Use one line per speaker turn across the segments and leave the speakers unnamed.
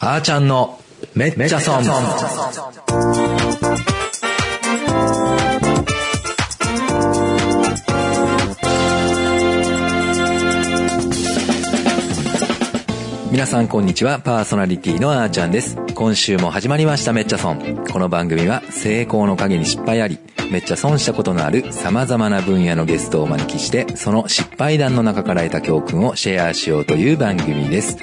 あーちゃんのめっちゃ損。皆さんこんにちは、パーソナリティのあーちゃんです。今週も始まりましためっちゃ損。この番組は成功の陰に失敗あり、めっちゃ損したことのある様々な分野のゲストをお招きして、その失敗談の中から得た教訓をシェアしようという番組です。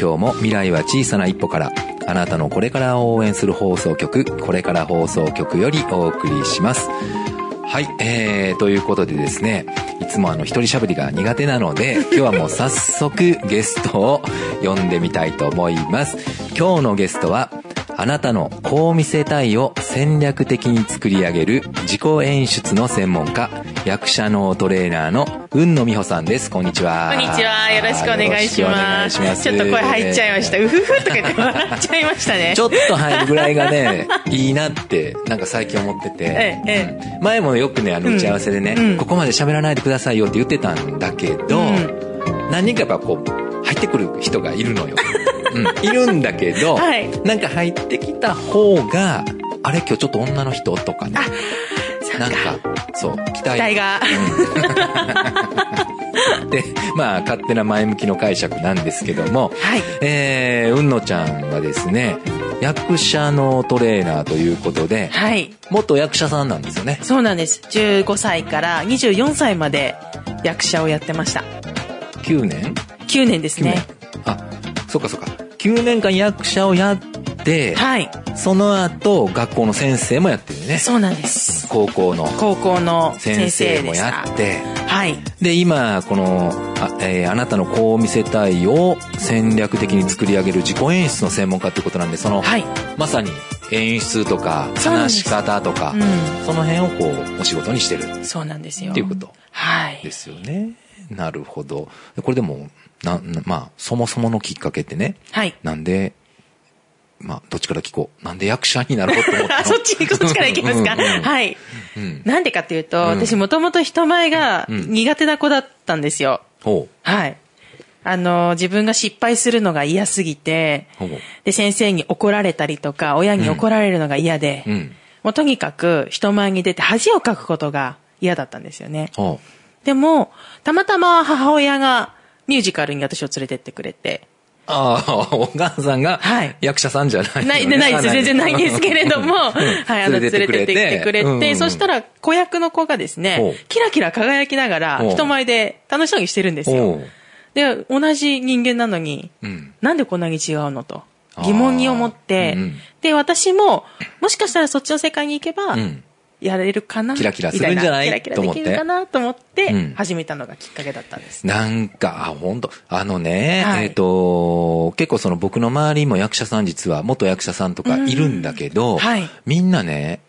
今日も未来は小さな一歩から、あなたのこれからを応援する放送局、これから放送局よりお送りします。はい、えー、ということでですね、いつもあの一人喋りが苦手なので、今 日はもう早速ゲストを呼んでみたいと思います。今日のゲストは、あなたのこう見せたいを戦略的に作り上げる自己演出の専門家、役者のトレーナーの雲野美穂さんです。こんにちは。
こんにちは。よろしくお願いします。
よろしく
ち
お
ょっ
願
と
いし
声入っちゃいました。うふふとか言って笑っちゃいましたね。
ちょっと入るぐらいが ね、いいなって、なんか最近思ってて
え、ええ
前もよくね、あの、打ち合わせでね、
うん
ここまで喋らないでくださいよって言ってたんだけど、
う
何人かやっぱこう、入ってくる人がいる のよ。うん、いるんだけど、
はい
なんか入ってきた方が、あれ今日ちょっと女の人とかね、
そっ
なん
か。
か、そう、期
期待
待
が。
で、まあ、勝手な前向きの解釈なんですけども、
はい。
えー、うんのちゃんはですね、役者のトレーナーということで、
はい。
元役者さんなんですよね。
そうなんです。15歳から24歳まで役者をやってました。
9年
9年です
?9 年。
ね。
あ、そっかそっか。9年間役者をやって、
はい。
その後、学校の先生もやってるね。
そうなんです。
高校の
高校の
先
先
生
生
も
でし
や
た。
って、
はい。
で、今、この、あ,、えーあなたのこう見せたいを戦略的に作り上げる自己演出の専門家ってことなんで、その、
はい。
まさに演出とか、
そうなんで
話し
す
方とか、
う
その辺をこう、お仕事にしてるっ
ん。そうなんですよ。
ていうこと
はい
で。すよね。なるほど。これでも、な、なまあ、そもそものきっかけってね、
はい。
なんで、まあ、どっちから聞こう。なんで役者になろうと思ったの
あ、 そっち、こっちからいきますか。
うんうんうん
はい。
うん。
なんでかっていうと、
うん
私もともと人前が
うん
苦手な子だったんですよ。
ほ
はい。あの、自分が失敗するのが嫌すぎて
ほう、
で、先生に怒られたりとか、親に怒られるのが嫌で、
う。うん。
もうとにかく人前に出て恥をかくことが嫌だったんですよね。
ほう。
でも、たまたま母親がミュージカルに私を連れてってくれ て、
ああ、お母さんが
はい
役者さんじゃない、
ない、でないです。全然ないんですけれども、はい、あの、連れてってきてくれて、そした
ら、
ら子役の子がです
ほう
ね、キラキラ輝きながら
ほう
人前で楽しそうにしてるんですよ。
ほう
で、同じ人間なのに、
うん
なんでこんなに違うのと
あー
疑問に思って、
うんうん
で、私も、もしかしたらそっちの世界に行けば、
うん
やれるかな
キラキラす
みた
るんじゃない
キラキラできるかなと思っ
う
て
ん、
始めたのがきっかけだったんです。
なんか、あ、本当あのね、
はい
えっ、と、結構その僕の周りも役者さん実は元役者さんとかいるんだけど、
うんはい
みんなね、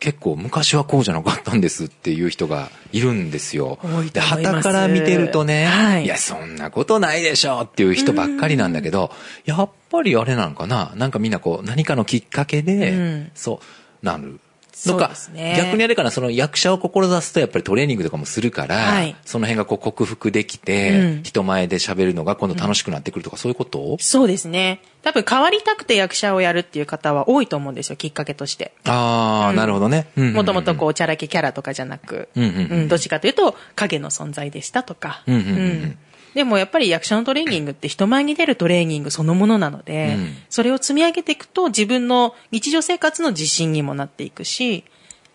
結構昔はこうじゃなかったんですっていう人がいるんですよ。
多い
で、
と思い
旗
ます
から見てるとね、、
はいい
や、そんなことないでしょっていう人ばっかりなんだけど、やっぱりあれなのかななんかみんなこう、何かのきっかけで、
うん
そう、なる。
そう
のか
ですね
逆にあれかな、その役者を志すとやっぱりトレーニングとかもするから、
はい
その辺がこう克服できて、
うん
人前で喋るのが今度楽しくなってくるとか、そういうこと
そうですね。多分変わりたくて役者をやるっていう方は多いと思うんですよ、きっかけとして。
ああ、
うん
なるほどね。
もともと
う
こう、チャラけキャラとかじゃなく、
うんうんうん
どっちかというと、影の存在でしたとか。
うんうんうんうん
でもやっぱり役者のトレーニングって人前に出るトレーニングそのものなので、
うん
それを積み上げていくと自分の日常生活の自信にもなってい くし、
ん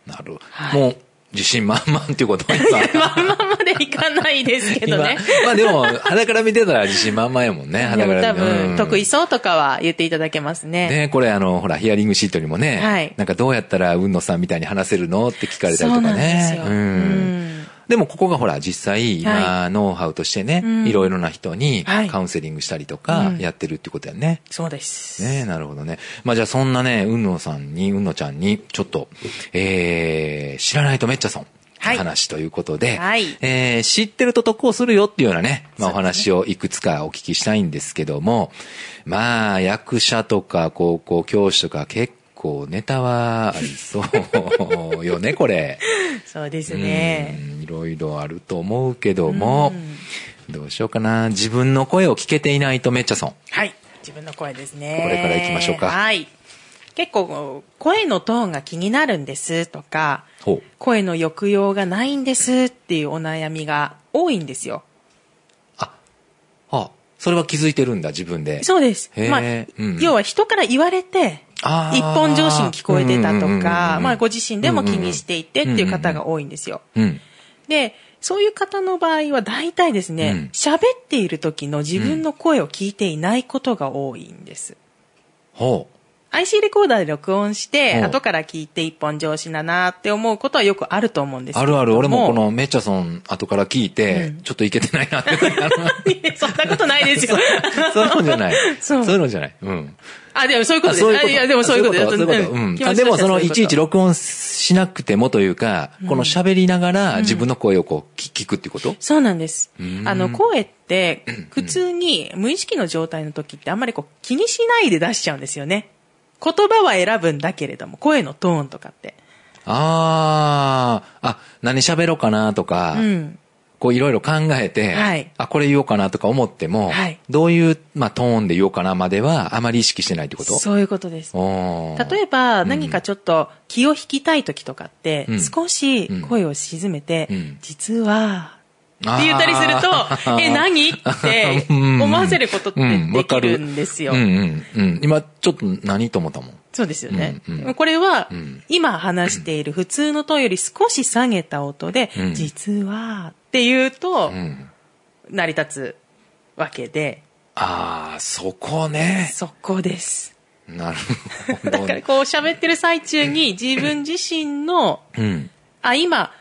うん。なるほど、
はい
もう、自信満々っていう ことは今。
まんままでいかないですけ
今、
どね。
まあでも、肌から見てたら自信満々やもんね。
で
肌か
も
ら
多
見てう
分
ん
得意そうとかは言っていただけますね。
ね、これあの、ほら、ヒアリングシートにもね、
はい
なんかどうやったら、うんのさんみたいに話せるのって聞かれたりとかね。
そうなんですようん
でもここがほら、実際、今、
は
ノウハウとしてね、
うん
いろいろな人に
はい
カウンセリングしたりとか
う、ん
やってるってことやね。
そうです。
ねなるほどね。まあじゃあそんなね、うんのさんに、うんのちゃんに、ちょっと、えー、知らないとめっちゃ損。
はい
話ということで、
はい
えー、知ってると得をするよっていうようなね、まあお
そうで
話をいくつかお聞きしたいんですけども、まあ役者とか高校教師とか結構ネタはありそうよ ね、これ。
そうですね。
うんいろいろあると思うけども、どうしようかな。自分の声を聞けていないとめっちゃ損。
はい。自分の声ですね。
これから行きましょうか
はい。結構、声のトーンが気になるんですとか、
ほう。
声の抑揚がないんですっていうお悩みが多いんですよ。
あ、あ、それは気づいてるんだ、自分で。
そうです。
へー
まあ、
うん
要は人から言われて、
あー
一本上司に聞こえてた
うん
と
うんうんうんうん
か、まあご自身でも気にしていてっていう方が多いんですよ。
うん。
で、そういう方の場合は大体です
うん
ね、喋、っている時の自分の声を聞いていないことが多いんです。
ほ
IC レコーダーで録音して、
おう
後から聞いて一本上司だなって思うことはよくあると思うんで
う。
すけ
あ
れ
る
ども。
ある、俺もこのメッチャソン後から聞いて、ちょっといけてないなって。
いや。そんなことないですよ。
そういうのじゃない。そ
そうう
いうのじゃない。うん。
あ、でもそういうこと
あ
です。
そういうこ
あ
と。
いや、でもそういうこと
あそういうこと。
うん
うん
気
あ
持ち
でも
として
そ
は
の、
う
いちいち
こと
録音しなくてもというか、この喋りながら自分の声をこう、聞聞くってこと
そうなんです
う。ん
あの、声って、普通に無意識の状態の時ってあんまりこう気にしないで出しちゃうんですよね。言葉は選ぶんだけれども、声のトーンとかって。
ああ、あ、何喋ろうかなとか
う、ん。
こういろいろ考えて、
はい
あ、これ言おうかなとか思っても、
はい
どういう、まあ、トーンで言おうかなまではあまり意識してないってこと
そういうことです。
おー
例えば、何かちょっと気を引きたい時とかって
うん、
少し声を沈めて
うん、
実は、
あー
って言ったりする と、え、何って
うん
思わせることって
うん
で
わか
き
る
るんですよ
うん。うんうん。今、ちょっと何と思ったもん。
そうですよね
うんうん。
これは
ん、
今話している普通のトーンより少し下げた音で
うん、
実は、って言うと
う、ん。
成り立つわけで、
ああ、そこね。
そこです。
なるほ
だ
ど
か
ね
ら。こう喋ってる最中に自分自身の
うん。
あ、今、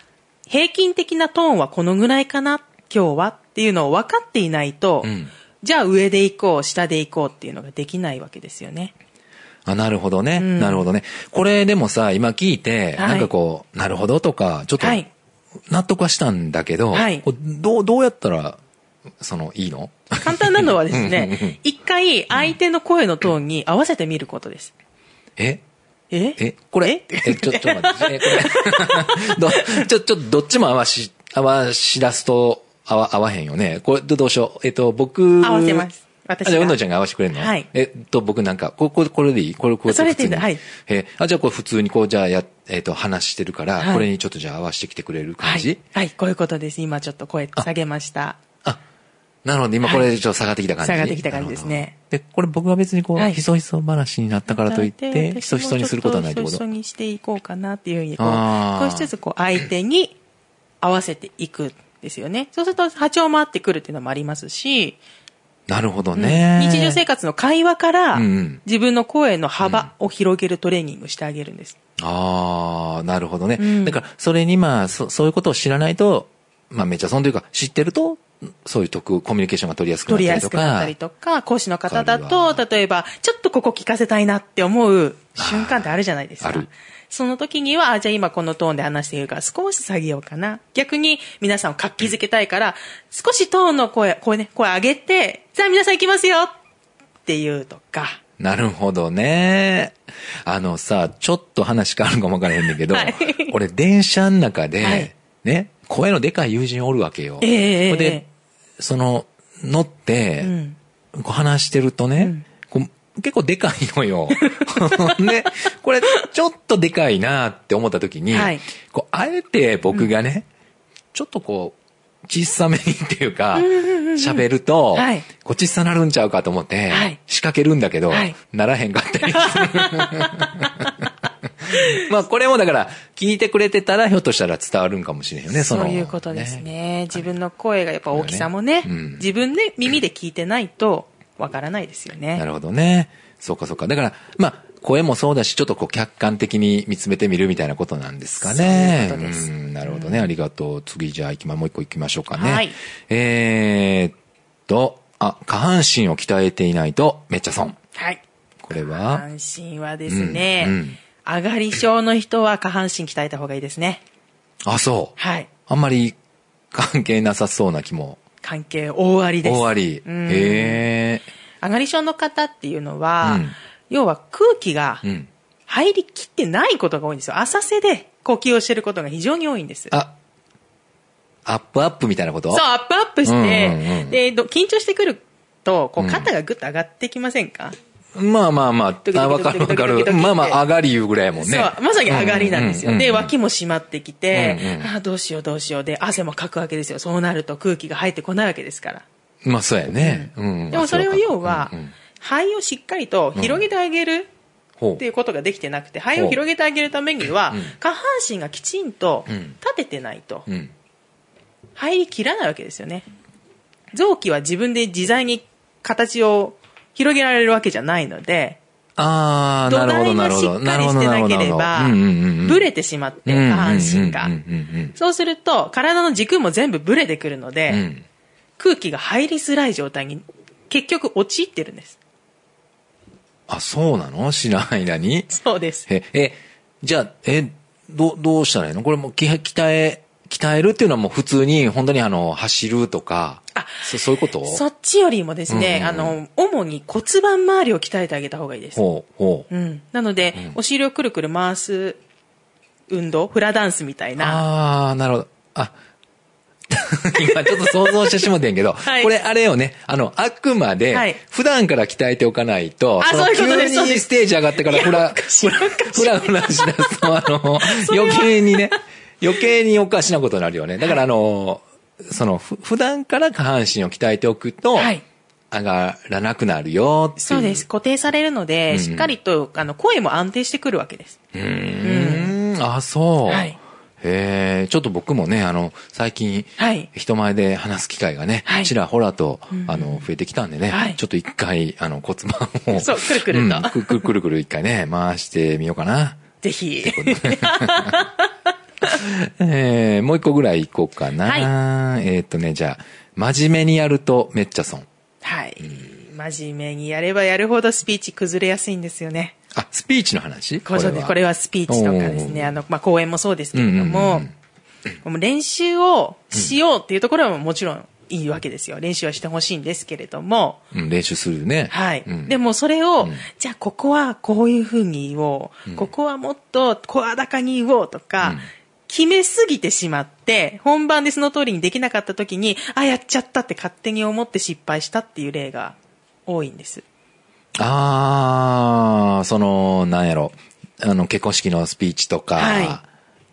平均的なトーンはこのぐらいかな、今日はっていうのを分かっていないと、
うん
じゃあ上で行こう、下で行こうっていうのができないわけですよね。
あ、なるほどね、
ん
なるほどね。これでもさ、今聞いて、
はい
なんかこう、なるほどとか、ちょっと
はい、
納得はしたんだけど、
はい
こうどう、どうやったら、その、いいの
簡単なのはです
うんうんうん
ね、一回相手の声のトーンに合わせてみることです。
え
え
えこれえ、ちょ、ちょ、待って。え、これ。 ど、ちょ、ちょ、どっちも合わし、合わし出すと、合わ、合わへんよね。これ、どどうしよう。えっと、僕。
合わせます私
あ、
が
じゃあ、うんのちゃんが合わせてくれるの
はい
えっと、僕なんか、ここ、これでいいこれ、こうやって
それ
普通
でいい
に。
はい
えーあ、じゃあ、これ普通に、こう、じゃあ、や、えっと、話してるから、
はい
これにちょっとじゃあ合わせてきてくれる
は
感じ、
い。はい、こういうことです。今ちょっと声下げました。
あ、なるほど。今、こ
は
れ、
い
ちょっと下がってきた感じ。
下がってきた感じですね
なるほど。で、これ僕は別にこう、
はい
ひそひそ話になったからといって、ひ
私
そ
も
ひそにすることはないってこ
ちょ
と
っひそひそにしていこうかなっていうふうに、こう
あー、
少しずつこう相手に合わせていくんですよね。そうすると波長も合ってくるっていうのもありますし、
なるほどね。
日常生活の会話から
うんうん
自分の声の幅を広げるトレーニングしてあげるんです。
ああ、なるほどね。
うん
だから、それにまあそ、そういうことを知らないと、まあ、めちゃ損というか、知ってると、そういう得、コミュニケーションが取りやすくなっ
取り
た
や
り
す
と
くなった
か
り、とか、講師の方だ
わか
と、例えば、ちょっとここ聞かせたいなって思う瞬間ってあるじゃないです
あ
か
る。
その時には、あじゃあ今このトーンで話しているから少し下げようかな。逆に皆さんを活気づけたいから、少しトーンの声、こうね、声上げて、じゃあ皆さん行きますよっていうとか。
なるほどね。あのさ、ちょっと話変わるかもわからへんねんけど、
はい
俺、電車の中で、
はい
ね、声のでかい友人おるわけよ。
ええ
ほん
え
で、その、乗って、
ん
こう話してるとね、こう結構でかいのよ。 ね、これ、ちょっとでかいなって思った時に、
はい
こう、あえて僕がね、ちょっとこう、小さめにっていうか、喋ると、
はい
こう小さなるんちゃうかと思って、
はい
仕掛けるんだけど、
はい
ならへんかったりする まあこれもだから、聞いてくれてたらひょっとしたら伝わるんかもしれんよね、そ
そ
の。
ういうことですね。。自分の声がやっぱ大きさもね、
うん
自分で耳で聞いてないとわからないですよ
な
ね。
るほどね。そうかそうか。だから、まあ、声もそうだし、ちょっとこう客観的に見つめてみるみたいなことなんですかね。
そういうことです
んなるほどね。ありがとう。次じゃあ行きま、もう一個行きましょうかね。
はい
えーっと、あ、下半身を鍛えていないとめっちゃ損。
はい。
これ
下
は
半身はですね、
うんうん
上がり症の人は下半身鍛えた方がいいですね。
あ、そう。
はい。
あんまり関係なさそうな気も。
関係大ありです。
大あり。
うん
へえ。
上がり症の方っていうの
う
は、
ん
要は空気が
うん。
入りきってないことが多いんですよ。浅瀬で呼吸をしてることが非常に多いんです。
あ、アップアップみたいなこと
そう、アップアップして、
うんうんうん
でど緊張してくると、こ
う
う、
ん
肩がぐっと上がってきませんか、
まあまあま
ドキドキ
あ、あわかるわか
ドキドキドキド
る。
キ
まあまあ、上がり言うぐらいやもんね。
そう、まさに上がりなんですよ。
うう
で、
うんうん
脇も締まってきて、
うんうん
ああ、どうしようどうしようで、汗もかくわけですよ。そうなると空気が入ってこないわけですから。
まあそうやね。うん。
でもそれを要は
うんうん、
肺をしっかりと広げてあげる
ほ。
っていううことができてなくて、肺を広げてあげるためには
うん、
下半身がきちんと
うん
立ててないと、
うん。
入りきらないわけですよね。臓器は自分で自在に形を広げられるわけじゃないので、
ああ、な
土
るほ
台
ど、な
が
るほ
し
ど。
っか
なる
り
ほ
し
ど、
て
なる
な
ほど。
ければ
うんうんうんうん、
ブレてしまって、
うんうんうん
下半身が
うんうんうん
そうすると、体の軸も全部ブレてくるので、
うんうん。
空気が入りづらい状態に結局陥ってるんです。
あ、そうなの知らない間に
そうです。
え、え、じゃあ、え、どう、どうしたらいいのこれもう、き鍛え、鍛えるっていうのはもう普通に、本当にあの、走るとか、
あ
そそういうこと
そっちよりもです
う
ね、
んうん
あの、主に骨盤周りを鍛えてあげた方がいいです。
ほう、ほう。
うん。なので、お尻をくるくる回す運動、フラダンスみたいな。
ああ、なるほど。あ、 今ちょっと想像してしもてんけど、
はい
これあれよね、あの、あくま
はい
で、普段から鍛えておかないと、
あそういうことですそう
急
で
に
す
ステージ上がってからふら、
し
ふ
い
ら、
おかし
ふらふらしだすと、あの、
それは
余計にね、余計におかしなことになるよね。だからあの、その、ふ普段から下半身を鍛えておくと、
はい
上がらなくなるよっていう。
そうです。。固定されるので、
うん
しっかりと、あの、声も安定してくるわけです。
うーん、あ、そう。
はい
へえ、ちょっと僕もね、あの、最近、
はい
人前で話す機会がね、
はい
ちらほらと、あの、増えてきたんでね、
はい
ちょっと一回、あの、骨盤を。
そうくるくると
うんくくるくるくる一回 ね、回してみようかな。
ぜひ。
えー、もう一個ぐらいいこうかな。えーっとね、じゃあ、真面目にやるとめっちゃ損。
はい。真面目にやればやるほどスピーチ崩れやすいんですよね。
あ、スピーチの話
これはこれはスピーチとかですね、あの、まあ、講演もそうですけれど
うん
も
うんうん、
もう練習をしようっていうところはもちろんいいわけですよ。練習はしてほしいんですけれども、
うん、練習するね。
はい。
うん
でもそれを、
うん
じゃあここはこういうふうに言おう、ここはもっと声高に言おうとか、
うん
決めすぎてしまって、本番でその通りにできなかった時に、あ、やっちゃったって勝手に思って失敗したっていう例が多いんです。
ああ、その、なんやろ、あの、結婚式のスピーチとか、
は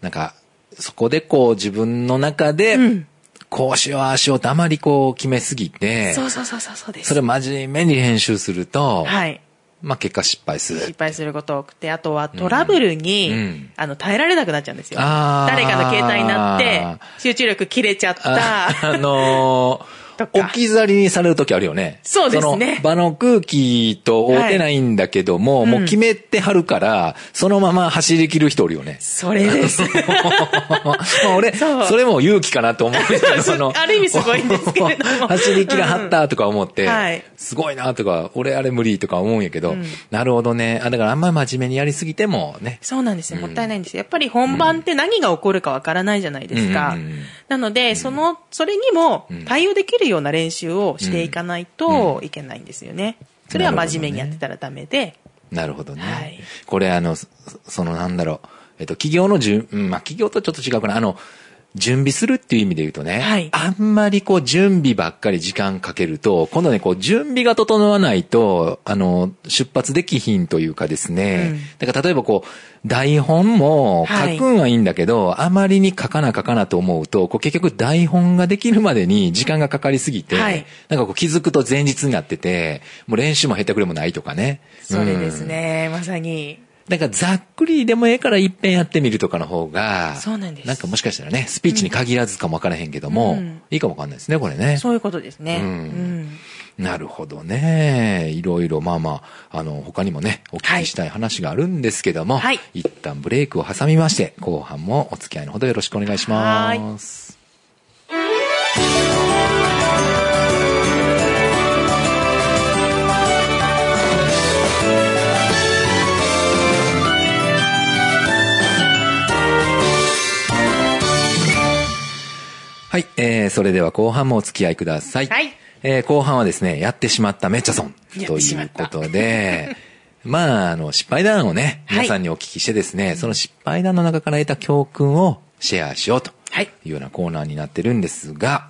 なんか、そこでこう自分の中で、
うん
こうしよう、ああしようってあまりこう決めすぎて、
そうそうそうそうそうです。
それ真面目に編集すると、
はい。
まあ結果失敗す
失
る。
敗すること多くて、あとはトラブルに、
うん
あの、耐えられなくなっちゃうんですよ。
あー
誰かの携帯になって、集中力切れちゃっ
あ
た。
あの
と
ー
か
置き去りにされる時あるよね。
そうですね
その場の空気と合うてないんだけども、
い
もううん決めてはるから、そのまま走り切る人おるよね。
それです。
まあ俺、
そ
そうれも勇気かなと思うんです けど、その。
ある意味すごいんですけれども
走り切らはったとか思って、
うんはい
すごいなとか、俺あれ無理とか思うんやけど、なるほどね。あ、だからあんまり真面目にやりすぎてもね。
そうなんですよ。もったいないんですよ。やっぱり本番って何が起こるかわからないじゃないですか
うんうんうん。
なので、その、それにも対応できるような練習をしていかないといけないんですよね。それは真面目にやってたらダメで。
なるほどね。
はい
これあの、そそのなんだろう。えっと、企業のじゅん、うんまあ、企業とちょっと違うかな。あの、準備するっていう意味で言うとね、
はい
あんまりこう準備ばっかり時間かけると、今度ね、こう準備が整わないと、あの、出発できひんというかですね、
うん
だから例えばこう、台本も
はい
書くんはいいんだけど、あまりに書かな書かなと思うと、こう結局台本ができるまでに時間がかかりすぎて、
はい
なんかこう気づくと前日になってて、もう練習も下手くれもないとかね。
それで
うん
すね。まさに。
なんかざっくりでもええから一遍やってみるとかの方が、
そうなんです
なんかもしかしたらね、スピーチに限らずかもわからへんけども、
うん
いいかもわかんないですね、これね。
そういうことですね。
う
うんん。
なるほどね。いろいろ、まあまあ、あの、他にもね、お聞きしたい話があるんですけども、
はい
一旦ブレイクを挟みまして、後半もお付き合いのほどよろしくお願いします。はい、えー、それでは後半もお付き合いください。
はい
えー後半はですね、やってしまっためっちゃ損
やっ
と
てし
い
ま
う
っ
こ
た
とで、 まあ、あの、失敗談をね、
はい
皆さんにお聞きしてですね、その失敗談の中から得た教訓をシェアしようと
はい。
いうようなコーナーになってるんですが、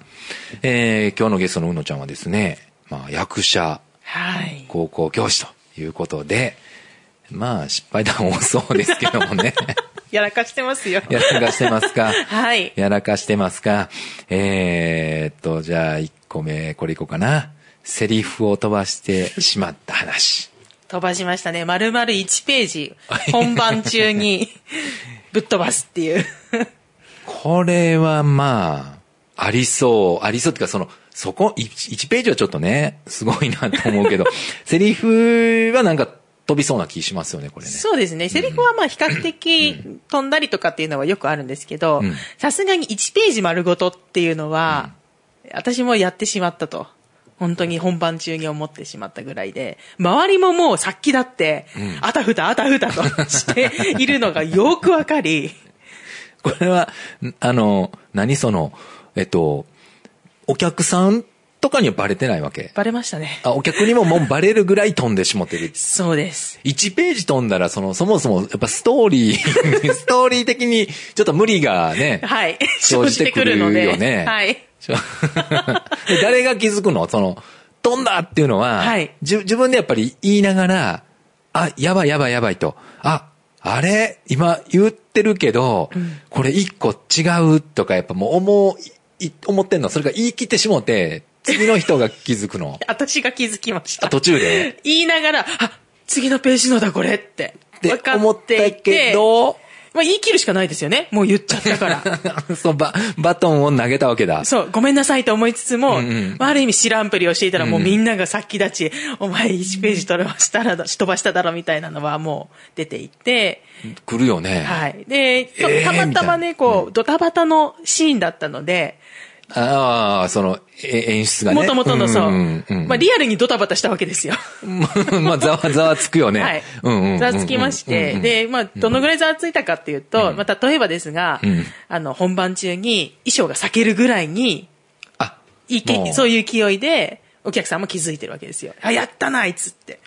えー今日のゲストのうのちゃんはですね、まあ、役者、
はい。
高校教師ということで、まあ、失敗談多そうですけどもね。
やらかしてますよ。
やらかしてますか
はい
やらかしてますかえー、っと、じゃあ、1個目、これいこうかな。セリフを飛ばしてしまった話。
飛ばしましたね。丸々1ページ、本番中 にぶっ飛ばすっていう。
これはまあ、ありそう、ありそうっていうか、その、そこ、1, ページはちょっとね、すごいなと思うけど、セリフはなんか飛びそうな気しますよね、これね。
そうですね。セリフはまあ比較的飛んだりとかっていうのはよくあるんですけど
うん、
さすがに1ページ丸ごとっていうのは、私もやってしまったと。本当に本番中に思ってしまったぐらいで、周りももうさっきだって、あたふたあたふ たとしているのがよくわかり、
これは、んあの、何その、えっと、お客さんとかにはバレてないわけ。
バレましたね。
あ、お客にももうバレるぐらい飛んでしもてる。
そうです。
1ページ飛んだら、その、そもそも、やっぱストーリー、 ストーリー的に、ちょっと無理がね、
はい。
生
生
じ
じ
て
て
く
く
る
る
よ
の
ね
で。はい。
ちょ で誰が気づくのその、飛んだっていうのは、
はい。
じゅ自分でやっぱり言いながら、あ、やばいやばいやばいと、あ、あれ今言ってるけど、これ一個違うとかやっぱもう思う、い思ってんのそれが言い切ってしもて、次の人が気づくの
私が気づきました
あ。途中で。
言いながら、あ、次のページのだこれって。
って
分か
思っ
って
た
い
け
て、
ど、
まあ言い切るしかないですよね。もう言っちゃっ たから。
そう、バ、バトンを投げたわけだ。
そう、ごめんなさいと思いつつも、
うんうん
まあ、ある意味知らんぷりをしていたら、もうみんなが先立ち、お前1ページ取れましたら、飛ばしただろみたいなのはもう出ていて、
来るよね。
はい。で、そ
えー
たまたまね、こう、ドタバタのシーンだったので、
ああ、その、え演出がね。
もともとのそう、
んんうん
まあリアルにドタバタしたわけですよ。
まあ、ざわ、ざわつくよね。
はい
うんうんうん。。
ざわつきまし
うんう
て、
ん、
で、まあ、どのぐらいざわついたかっていうと、まあ、例えばですが
うん、
あの、本番中に衣装が裂けるぐらいに、
あ、
いき
もう
そういう勢いで、お客さんも気づいてるわけですよ。あ、やったな、あいつって。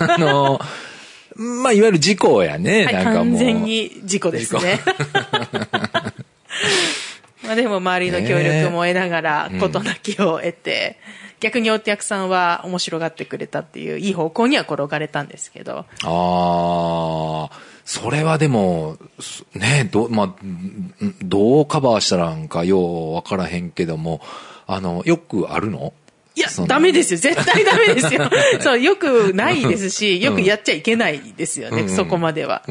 あの、まあ、いわゆる事故やね、
は い、
なんかもう。
完全に事故ですね。 まあでも周りの協力も得ながら、事なきを得て、逆にお客さんは面白がってくれたっていう、いい方向には転がれたんですけど。
ああ、それはでも、すね、ど、まあん、んどうカバーしたらんかようわからへんけども、あの、よくあるの
いや
その、
ダメですよ。絶対ダ メですよ。そう、よくないですし、よくやっちゃいけないですよね、そこまでは。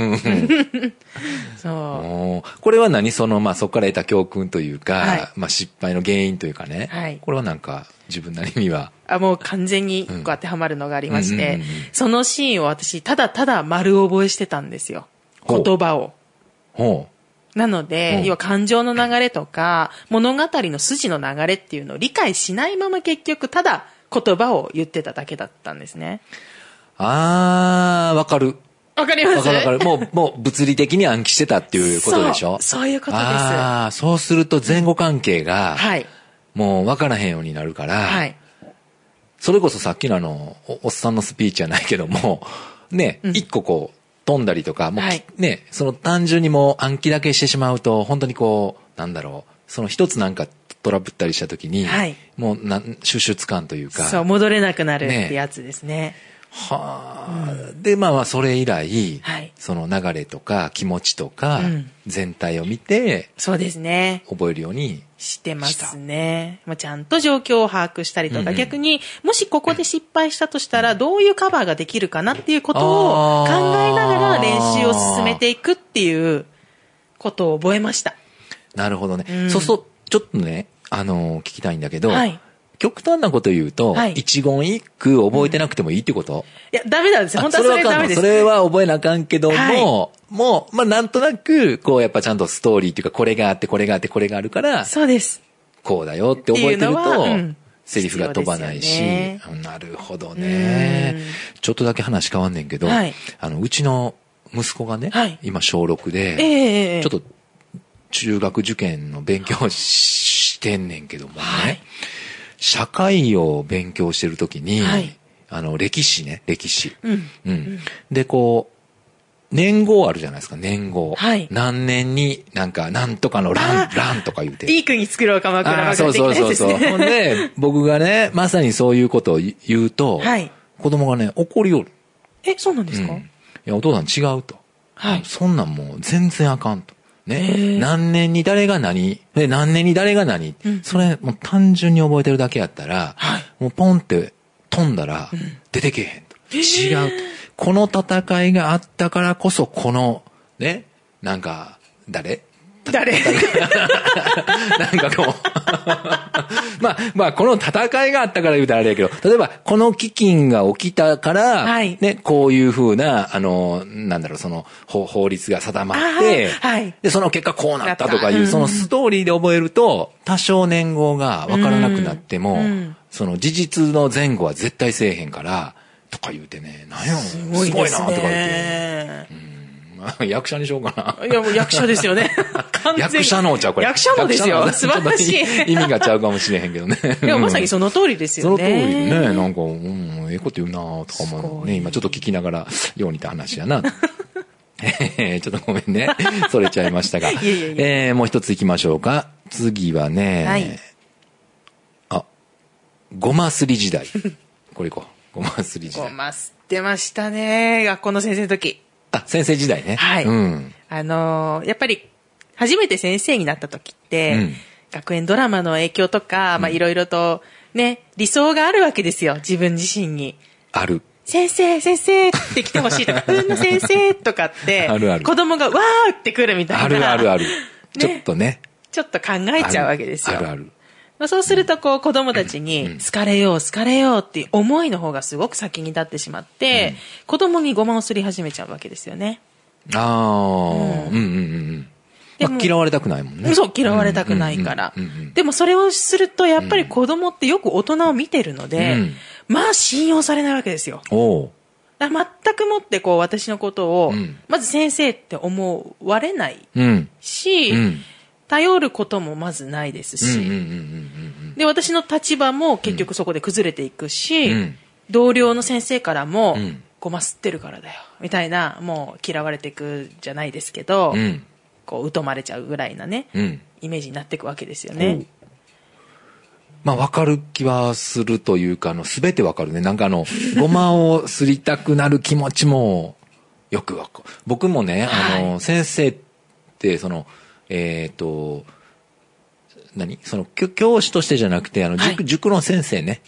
そう。
おーこれは何その、まあ、そこから得た教訓というか、
はい
まあ、失敗の原因というかね。
はい
これはなんか、自分なりには。
あ、もう完全に一個当てはまるのがありまし
う
て
んうんうんうん、
そのシーンを私、ただただ丸覚えしてたんですよ。
ほう
言葉を。
ほ
なので、
うん
要は感情の流れとか、物語の筋の流れっていうのを理解しないまま結局、ただ言葉を言ってただけだったんですね。
う。あー、わかる。
わかります
わかるわ かる。もう、もう物理的に暗記してたっていうことでしょ
そうそういうことです
ああ、そうすると前後関係が、
はい。
もう分からへんようになるから、
はい。
それこそさっきのあの、おおっさんのスピーチじゃないけども、ね、
うん
一個こう、飛んだりとか、もうき、
はい
ね、その単純にもう暗記だけしてしまうと、本当にこう、なんだろう、その一つなんかトラブったりした時に、
はい
もうなん、収集つかんというか、
そう、戻れなくなるってやつですね
はあ、で、まあまあ、それ以来、
はい
その流れとか気持ちとか、
うん
全体を見て、
そうですね。
覚えるように、
してますね。まあ、ちゃんと状況を把握したりとか、
うんうん
逆に、もしここで失敗したとしたら、どういうカバーができるかなっていうことを考えながら練習を進めていくっていうことを覚えました。
なるほどね。
うん
そうそう、ちょっとね、あのー聞きたいんだけど、
はい
極端なこと言うと、
はい
一言一句覚えてなくてもいいってこと、
いや、ダメなんですよ。
あ
本当はそれ
わかん
ダ
な
メ
い
で
そ
す。
れは覚えなあかんけども、
はい
もう、まあ、なんとなく、こう、やっぱちゃんとストーリーっていうか、これがあって、これがあって、これがあるから、
そうです。
こうだよって覚えてる
っていうの
と、
はうん
セリフが飛ばないし、
必要です
なるほどね。ちょっとだけ話変わんねんけど、
はい
あの、うちの息子がね、
はい
今小6
え
で、
え
ちょっと中学受験の勉強をしてんねんけどもね、
はい
社会を勉強してるときに、
はい
あの、歴史ね、歴史。
うん。
うん。で、こう、年号あるじゃないですか、年号。
はい
何年になんか、なんとかの
あ
乱、
ー
乱とか言うて。
いい国作ろう鎌倉
あ
幕
あ
府
そう
的な
そう
やつ
そう
で
そ
す
う。ほん
ね。
で、僕がね、まさにそういうことを言うと、
はい
子供がね、怒りよる。
え、そうなんですか、
うんいや、お父さん違うと。
はい
そんなんもう全然あかんと。
へ
ね。
え
何年に誰が何で、何年に誰が何、
うん
それ、もう単純に覚えてるだけやったら、
はい
もうポンって飛んだら、出てけへんと。違うと。この戦いがあったからこそ、この、ね、なんか、誰
誰
なんかこう。 まあ、まあ、この戦いがあったから言うたらあれやけど、例えば、この飢饉が起きたから、
はい
ね、こういうふうな、あの、なんだろう、その、法法律が定まって、
あーはい
で、その結果こうなったとかい
な
う、
った
そのストーリーで覚えると、多少年号がわからなくなっても、
うんうん
その事実の前後は絶対せえへんから、とか言うてね、なんやろ、す
す
ご
ご
い
いです
な、とか言って。
ね。
まあ役者にしようかな。
いや、もう役者です よね。完全に
役者のちゃうこれ。
役者のですよ。
役
素
者能
晴らしい。
ちょっと意味がちゃうかもしれへんけどね。
いや、まさにその通りです
そ
よ
の
ね。
通りね、なんか、うん、ええこと言うなとか
す
思う
ご
ね。
い
今ちょっと聞きながら、ようにって話やな。 えーちょっとごめんね。それちゃいましたが。
いえいえい
えーもう一つ行きましょうか。次はね、
はい
あ、ごますり時代。これ行こう。ごますり時
ご
代。
ますってましたね。学校の先生の時。
あ、先生時代ね。
はい。
うん。
あのーやっぱり、初めて先生になった時って、
うん
学園ドラマの影響とか、まあ、いろいろと、ね、理想があるわけですよ。自分自身に。
ある。
先生、先生って来てほしいとか、 うんの先生とかって、
あるある
子供がわーって来るみたいな。
あるあるある。ちょっとね。
ちょっと考えちゃうわけですよ。
あるある。
まあ、そうすると、こう、子供たちに、好かれよう、好かれようっていう思いの方がすごく先に立ってしまって、子供にごまをすり始めちゃうわけですよね。
ああ、うん、うんうんうん。
で
ま
も
あ、嫌われたくないもんね。
そう、嫌われたくないから
うんうんうんうんうん。
でも、それをすると、やっぱり子供ってよく大人を見てるので、
うん
まあ、信用されないわけですよ。
おう
だから全くもって、こう、私のことを、
うん
まず先生って思われない
うん。
し、
うん
頼ることもまずないですし、
うんうんうんうんうん
で、私の立場も結局そこで崩れていくし、
うん
同僚の先生からも、
うん
ごますってるからだよ、みたいな、もう嫌われていくじゃないですけど、
うん
こう、疎まれちゃうぐらいなね、
うん
イメージになっていくわけですよね。
まあ、わかる気はするというか、あの、すべてわかるね。なんかあの、ごまをすりたくなる気持ちも、よくわかる。僕もね、あの、
は
先生って、その、えっ、と、何その、きょ教師としてじゃなくて、あの、
はい
塾、塾の先生ね。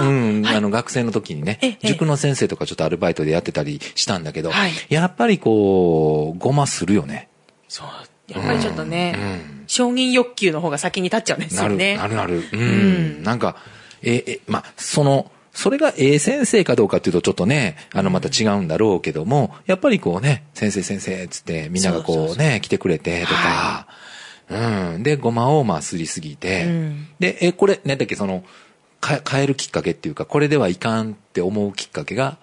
うん、あの、学生の時に
え
ね
え、
塾の先生とかちょっとアルバイトでやってたりしたんだけど、
はい
やっぱりこう、ごまするよね。
そう。やっぱりちょっとね、
うん
承認欲求の方が先に立っちゃうんです
な
よ
る、
ね。
なるなる。うん。なんか、え、え、まあ、その、それが A 先生かどうかっていうとちょっとね、あのまた違うんだろうけども、やっぱりこうね、先生先生っつってみんながこうね、
そうそう
来てくれてとか
は、
うん。で、ごまをまあすりすぎて、
うん
で、え、これ、なんだっけ、その、か変えるきっかけっていうか、これではいかんって思うきっかけがあっ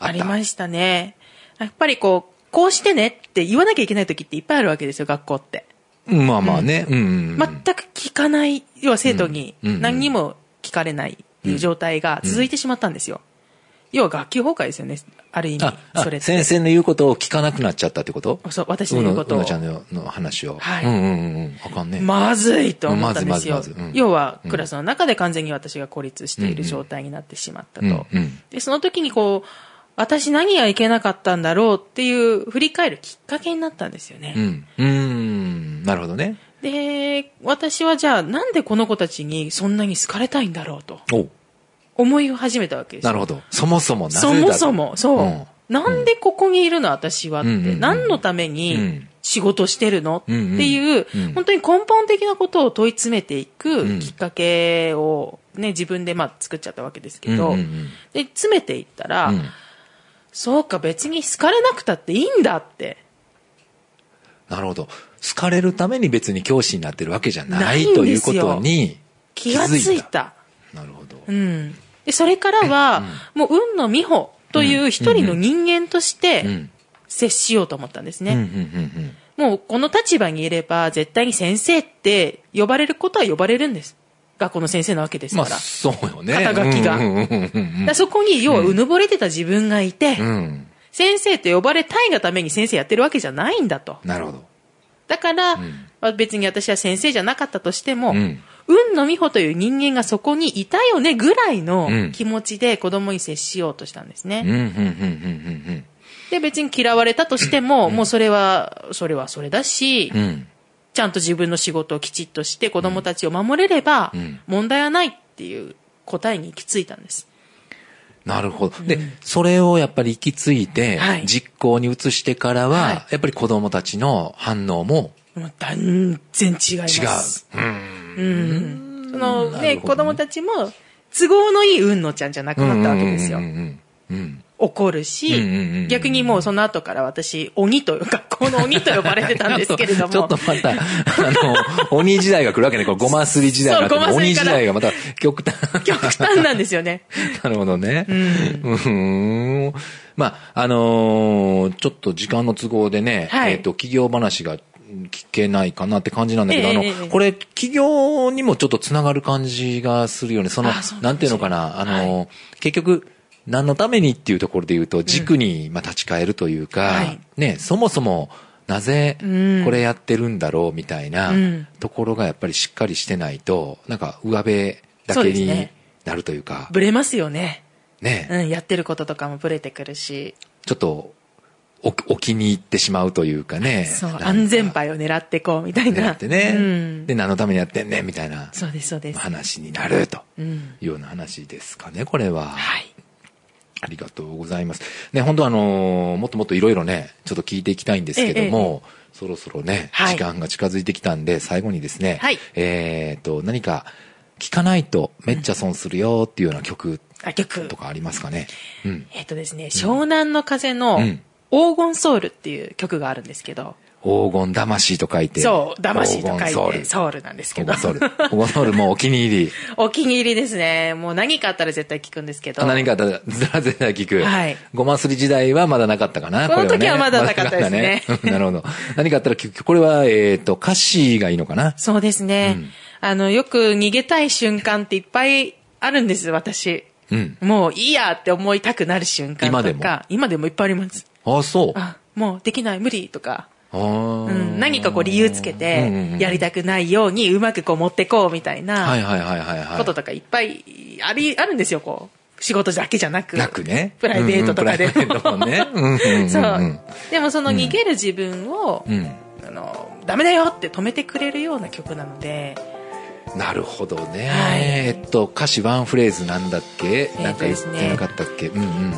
た。
ありましたね。やっぱりこう、こうしてねって言わなきゃいけない時っていっぱいあるわけですよ、学校って。
うんまあまあね、うん。うんうん
全く聞かない、要は生徒に
うんうん
何にも聞かれないっていう状態が続いてしまったんですよ。要は学級崩壊ですよね、ある意味
あ、あ、
それって。
先生の言うことを聞かなくなっちゃったってこと
そう私の言うこと
うのう
を
のちゃんのの話を。
はい
うんうんうんうん。あかんね。
まずいと思ったんですよ。
まずいまずいまずいうん
要は、クラスの中で完全に私が孤立している状態になってしまったと。
うんうん
で、その時にこう、私何がいけなかったんだろうっていう振り返るきっかけになったんですよね。
うん。うーん。なるほどね。
で、私はじゃあなんでこの子たちにそんなに好かれたいんだろうと
お
思い始めたわけです
な
よ
るほど。そもそもなぜだ
そ
ろう
もそも、そう。
ん
なんでここにいるの私はって、
うんうんうん
何のため
う
に
ん
仕事してるの、
うんうん
っていう、
うん
本当に根本的なことを問い詰めてい
うん
くきっかけをね、自分でまあ作っちゃったわけですけ
う
ど、
んうんうん
で、詰めていったら、
うん
そうか別に好かれなくたっていいんだって、
なるほど。好かれるために別に教師になってるわけじゃない
ないんですよ
ということに
気がつ
づ
い。た。
なるほど。
うん。で、それからは、もう、運の美穂という一人の人間とし
う
て
ん、
接しようと思ったんですね。
うんうんうん
もうこの立場にいれば、絶対に先生って呼ばれることは呼ばれるんです。学校の先生なわけで
う
す
ん。まあ、
から。
そうよね。
肩書きが
うんうんうんうん
だからそこに、要はうぬぼれてた自分がいて、
うん。うん。
先生と呼ばれたいがために先生やってるわけじゃないんだと。
なるほど。
だから、
ん
まあ別に私は先生じゃなかったとしても、
うん
運の美穂という人間がそこにいたよねぐらいの
うん
気持ちで子供に接しようとしたんですね。
うん、うん、うん、うん、うん
で、別に嫌われたとしても、もうそれは、それはそれだし、
うん。うん。
ちゃんと自分の仕事をきちっとして子供たちを守れれば
うん、
問題はないっていう答えに行き着いたんです。
なるほど。で、それをやっぱり行き着いて
は、い
実行に移してからは、
はい
やっぱり子供たちの反応も
もう断然違いま
違う。
す。
うん。
うん。その
なるほど
ね、
ね
子供たちも都合のいい運のちゃんじゃなくなったわけですよ
うん。うんうんうん
怒る
う
し、
んうんうん
逆にもうその後から私、鬼と、学校の鬼と呼ばれてたんですけれども。
ちょっとまた、あの、鬼時代が来るわけね。これ、ごますり時代があって
そうごます
鬼
りか
時
ら
代がまた極端。
極端なんですよね。
なるほどね。うん。ん。まあ、あのーちょっと時間の都合でね、
はい
えっ、と、企業話が聞けないかなって感じなんだけど、
ええええ
あ
え
の、
え
これ、企業にもちょっとつながる感じがするよね。その、
あそう
な
なんん
て
で
いう
す
のか
よ
な、あのー結局、何のためにっていうところで言うと、軸に、まあ、立ち返るというか、
はい
ね、そもそも、なぜ、
うん
これやってるんだろうみたいな
うん
ところがやっぱりしっかりしてないと、なんか上辺だ
そう
け
です
に
ね
なるというか、
ブレますよね。
ね。
うん、やってることとかもブレてくるし、
ちょっと、お、お気に入ってしまうというかね。
そう
なん、か
安全牌を狙ってこう、みたい
狙
な。
ってね。
うん。
で、何のためにやってんねんみたいな
そうです、そうです。
話になると
うん。
いうような話ですかね、これは。
はい。
ありがとうございます。ね、本当あのーもっともっといろいろね、ちょっと聞いていきたいんですけども、そろそろね、
はい
時間が近づいてきたんで、最後にですね、
はい
えっと、何か、聞かないとめっちゃ損するよっていうような曲
あ、曲
と。かありますかね。うん。
えっとですね、湘南の風の
うん
黄金ソウルっていう曲があるんですけど、
黄金魂と書いて。
そう、魂と
黄
書
金ソウ
い
ル
てソウルなんです
黄
けど
金、ソウル。黄金ソウルもうお気に入り。
お気に入りですね。もう何かあったら絶対聞くんですけど、
何かあったら、ずらずら聞く。
はい
ごますり時代はまだなかったかな。
この
れね
時はまだなかったで
まだ
すね
なかったねなるほど。何かあったら聞く。これは、えっと、歌詞がいいのかな。
そうですね、あの、よく逃げたい瞬間っていっぱいあるんです、私。
うん。
もういいやって思いたくなる瞬間と
今
か。
でも
今でもいっぱいあります。
あ、そう。あ
あ、もうできない、無理とか。う
ー
ん、何かこう理由つけ
うんうんう
て
ん、
やりたくないようにうまくこう持ってこうみたい
はい
な
はいはいはいは
こと
い。
とかいっぱいあり、あるんですよ、こう。仕事だけじゃなく。
なくね。
プライベートとかで
うんうんプライベートもね。うんうんうん。
そ
うん
う。でもその逃げる自分を、
うん。
あの、ダメだよって止めてくれるような曲なので、
なるほどね。
はい
えっと、歌詞ワンフレーズなんだっけ
え
なんか言っ
です
て
ね
なかったっけうんうん。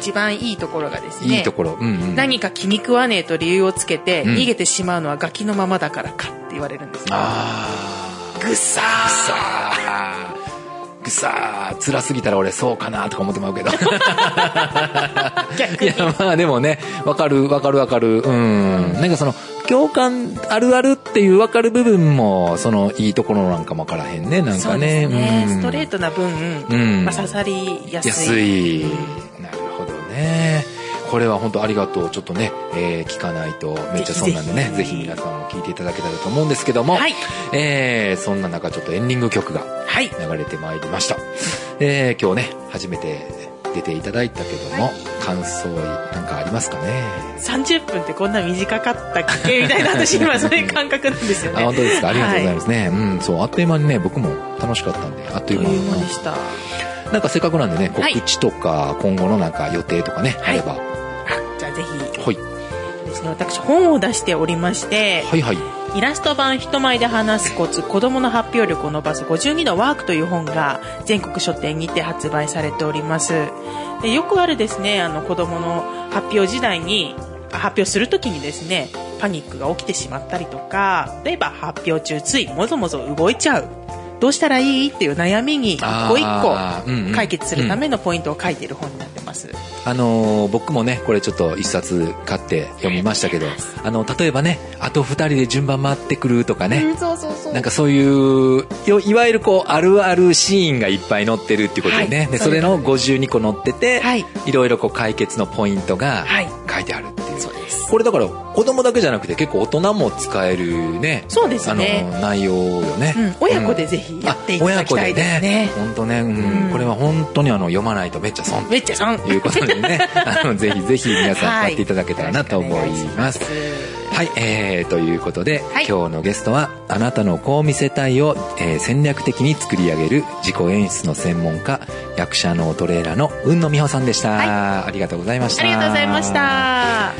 一番いいところがですね、
いいところ。うんうん。
何か気に食わねえと理由をつけて、
うん
逃げてしまうのはガキのままだからかって言われるんですよ。
ああ。
ぐさ
くさーくさー辛すぎたら俺そうかなとか思ってまうけど い
ー 逆に。
やまあでもねわかるわかるわかるうんなんかその共感あるあるっていうわかる部分もそのいいところなんかもわからへんねなん
そ
か
うで
ね
すね。
うん
ストレートな分、
ん
まあ、刺さりやすい。
安いなるほどねこれは本当ありがとうちょっとね、えー聞かないとめっちゃそうなんでねぜ
ぜ
ひ
ひぜひ
皆さんも聞いていただけたらと思うんですけども、
はい
えーそんな中ちょっとエンディング曲が
はい。
流れてまいりました、えー今日ね初めて出ていただいたけども、
はい
感想なんかありますかね
30分ってこんな短かったっけみたいな私今そういう感覚なんですよ
あ
ね。。
本当ですかありがとうございますすね、うんそうあっという間にね僕も楽しかったんであっと
と
い
いうう
間
間でした。
なんかせっかくなんでね
はい
告知とか、今後のなんか予定とかね、
はい
あれば
あ じゃあぜひ
ほい
ですね、私本を出しておりまして、
はいはい
イラスト版人前で話すコツ、子供の発表力を伸ばす52のワークという本が全国書店にて発売されております。でよくあるですね、あの子供の発表時代に、あ発表するときにですね、パニックが起きてしまったりとか、例えば発表中ついもぞもぞ動いちゃう。どうしたらいいっていう悩みに一個
あーうんう
一
ん
個解決するためのポイントを書いている本になってます。
あのー僕もねこれちょっと一冊買って読みましたけどあの例えばねあと二人で順番回ってくるとかね、
そうそうそう
なんかそういうよいわゆるこうあるあるシーンがいっぱい載ってるっていうことでね、
はい
で
そ
そう
で
れ
す
の52個載ってて、、
はいい
ろいろこう解決のポイントが
はい
書いてあるっていう、
そうです。
これだから子供だけじゃなくて結構大人も使えるね
そうですね
あの内容よね、
うん親子でぜひやっていただきたいですね
あ親子でね本当ね、うん
うん
これは本当にあの読まないとめっちゃ損
めっちゃ損
ということで ねあのぜひぜひ皆さん買っていただけたらなと思います、
よろしくお願いします
はい、えー、ということで、
はい
今日のゲストは、あなたのこう見せたいを、えー戦略的に作り上げる自己演出の専門家、役者のトレーラーの雲野美穂さんでした、ありがとうございました。
ありがとうございまし
は
た。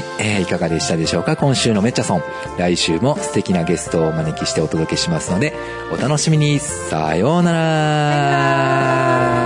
い、えー、いかがでしたでしょうか今週のめっちゃソン。来週も素敵なゲストをお招きしてお届けしますので、お楽しみに。さようなら。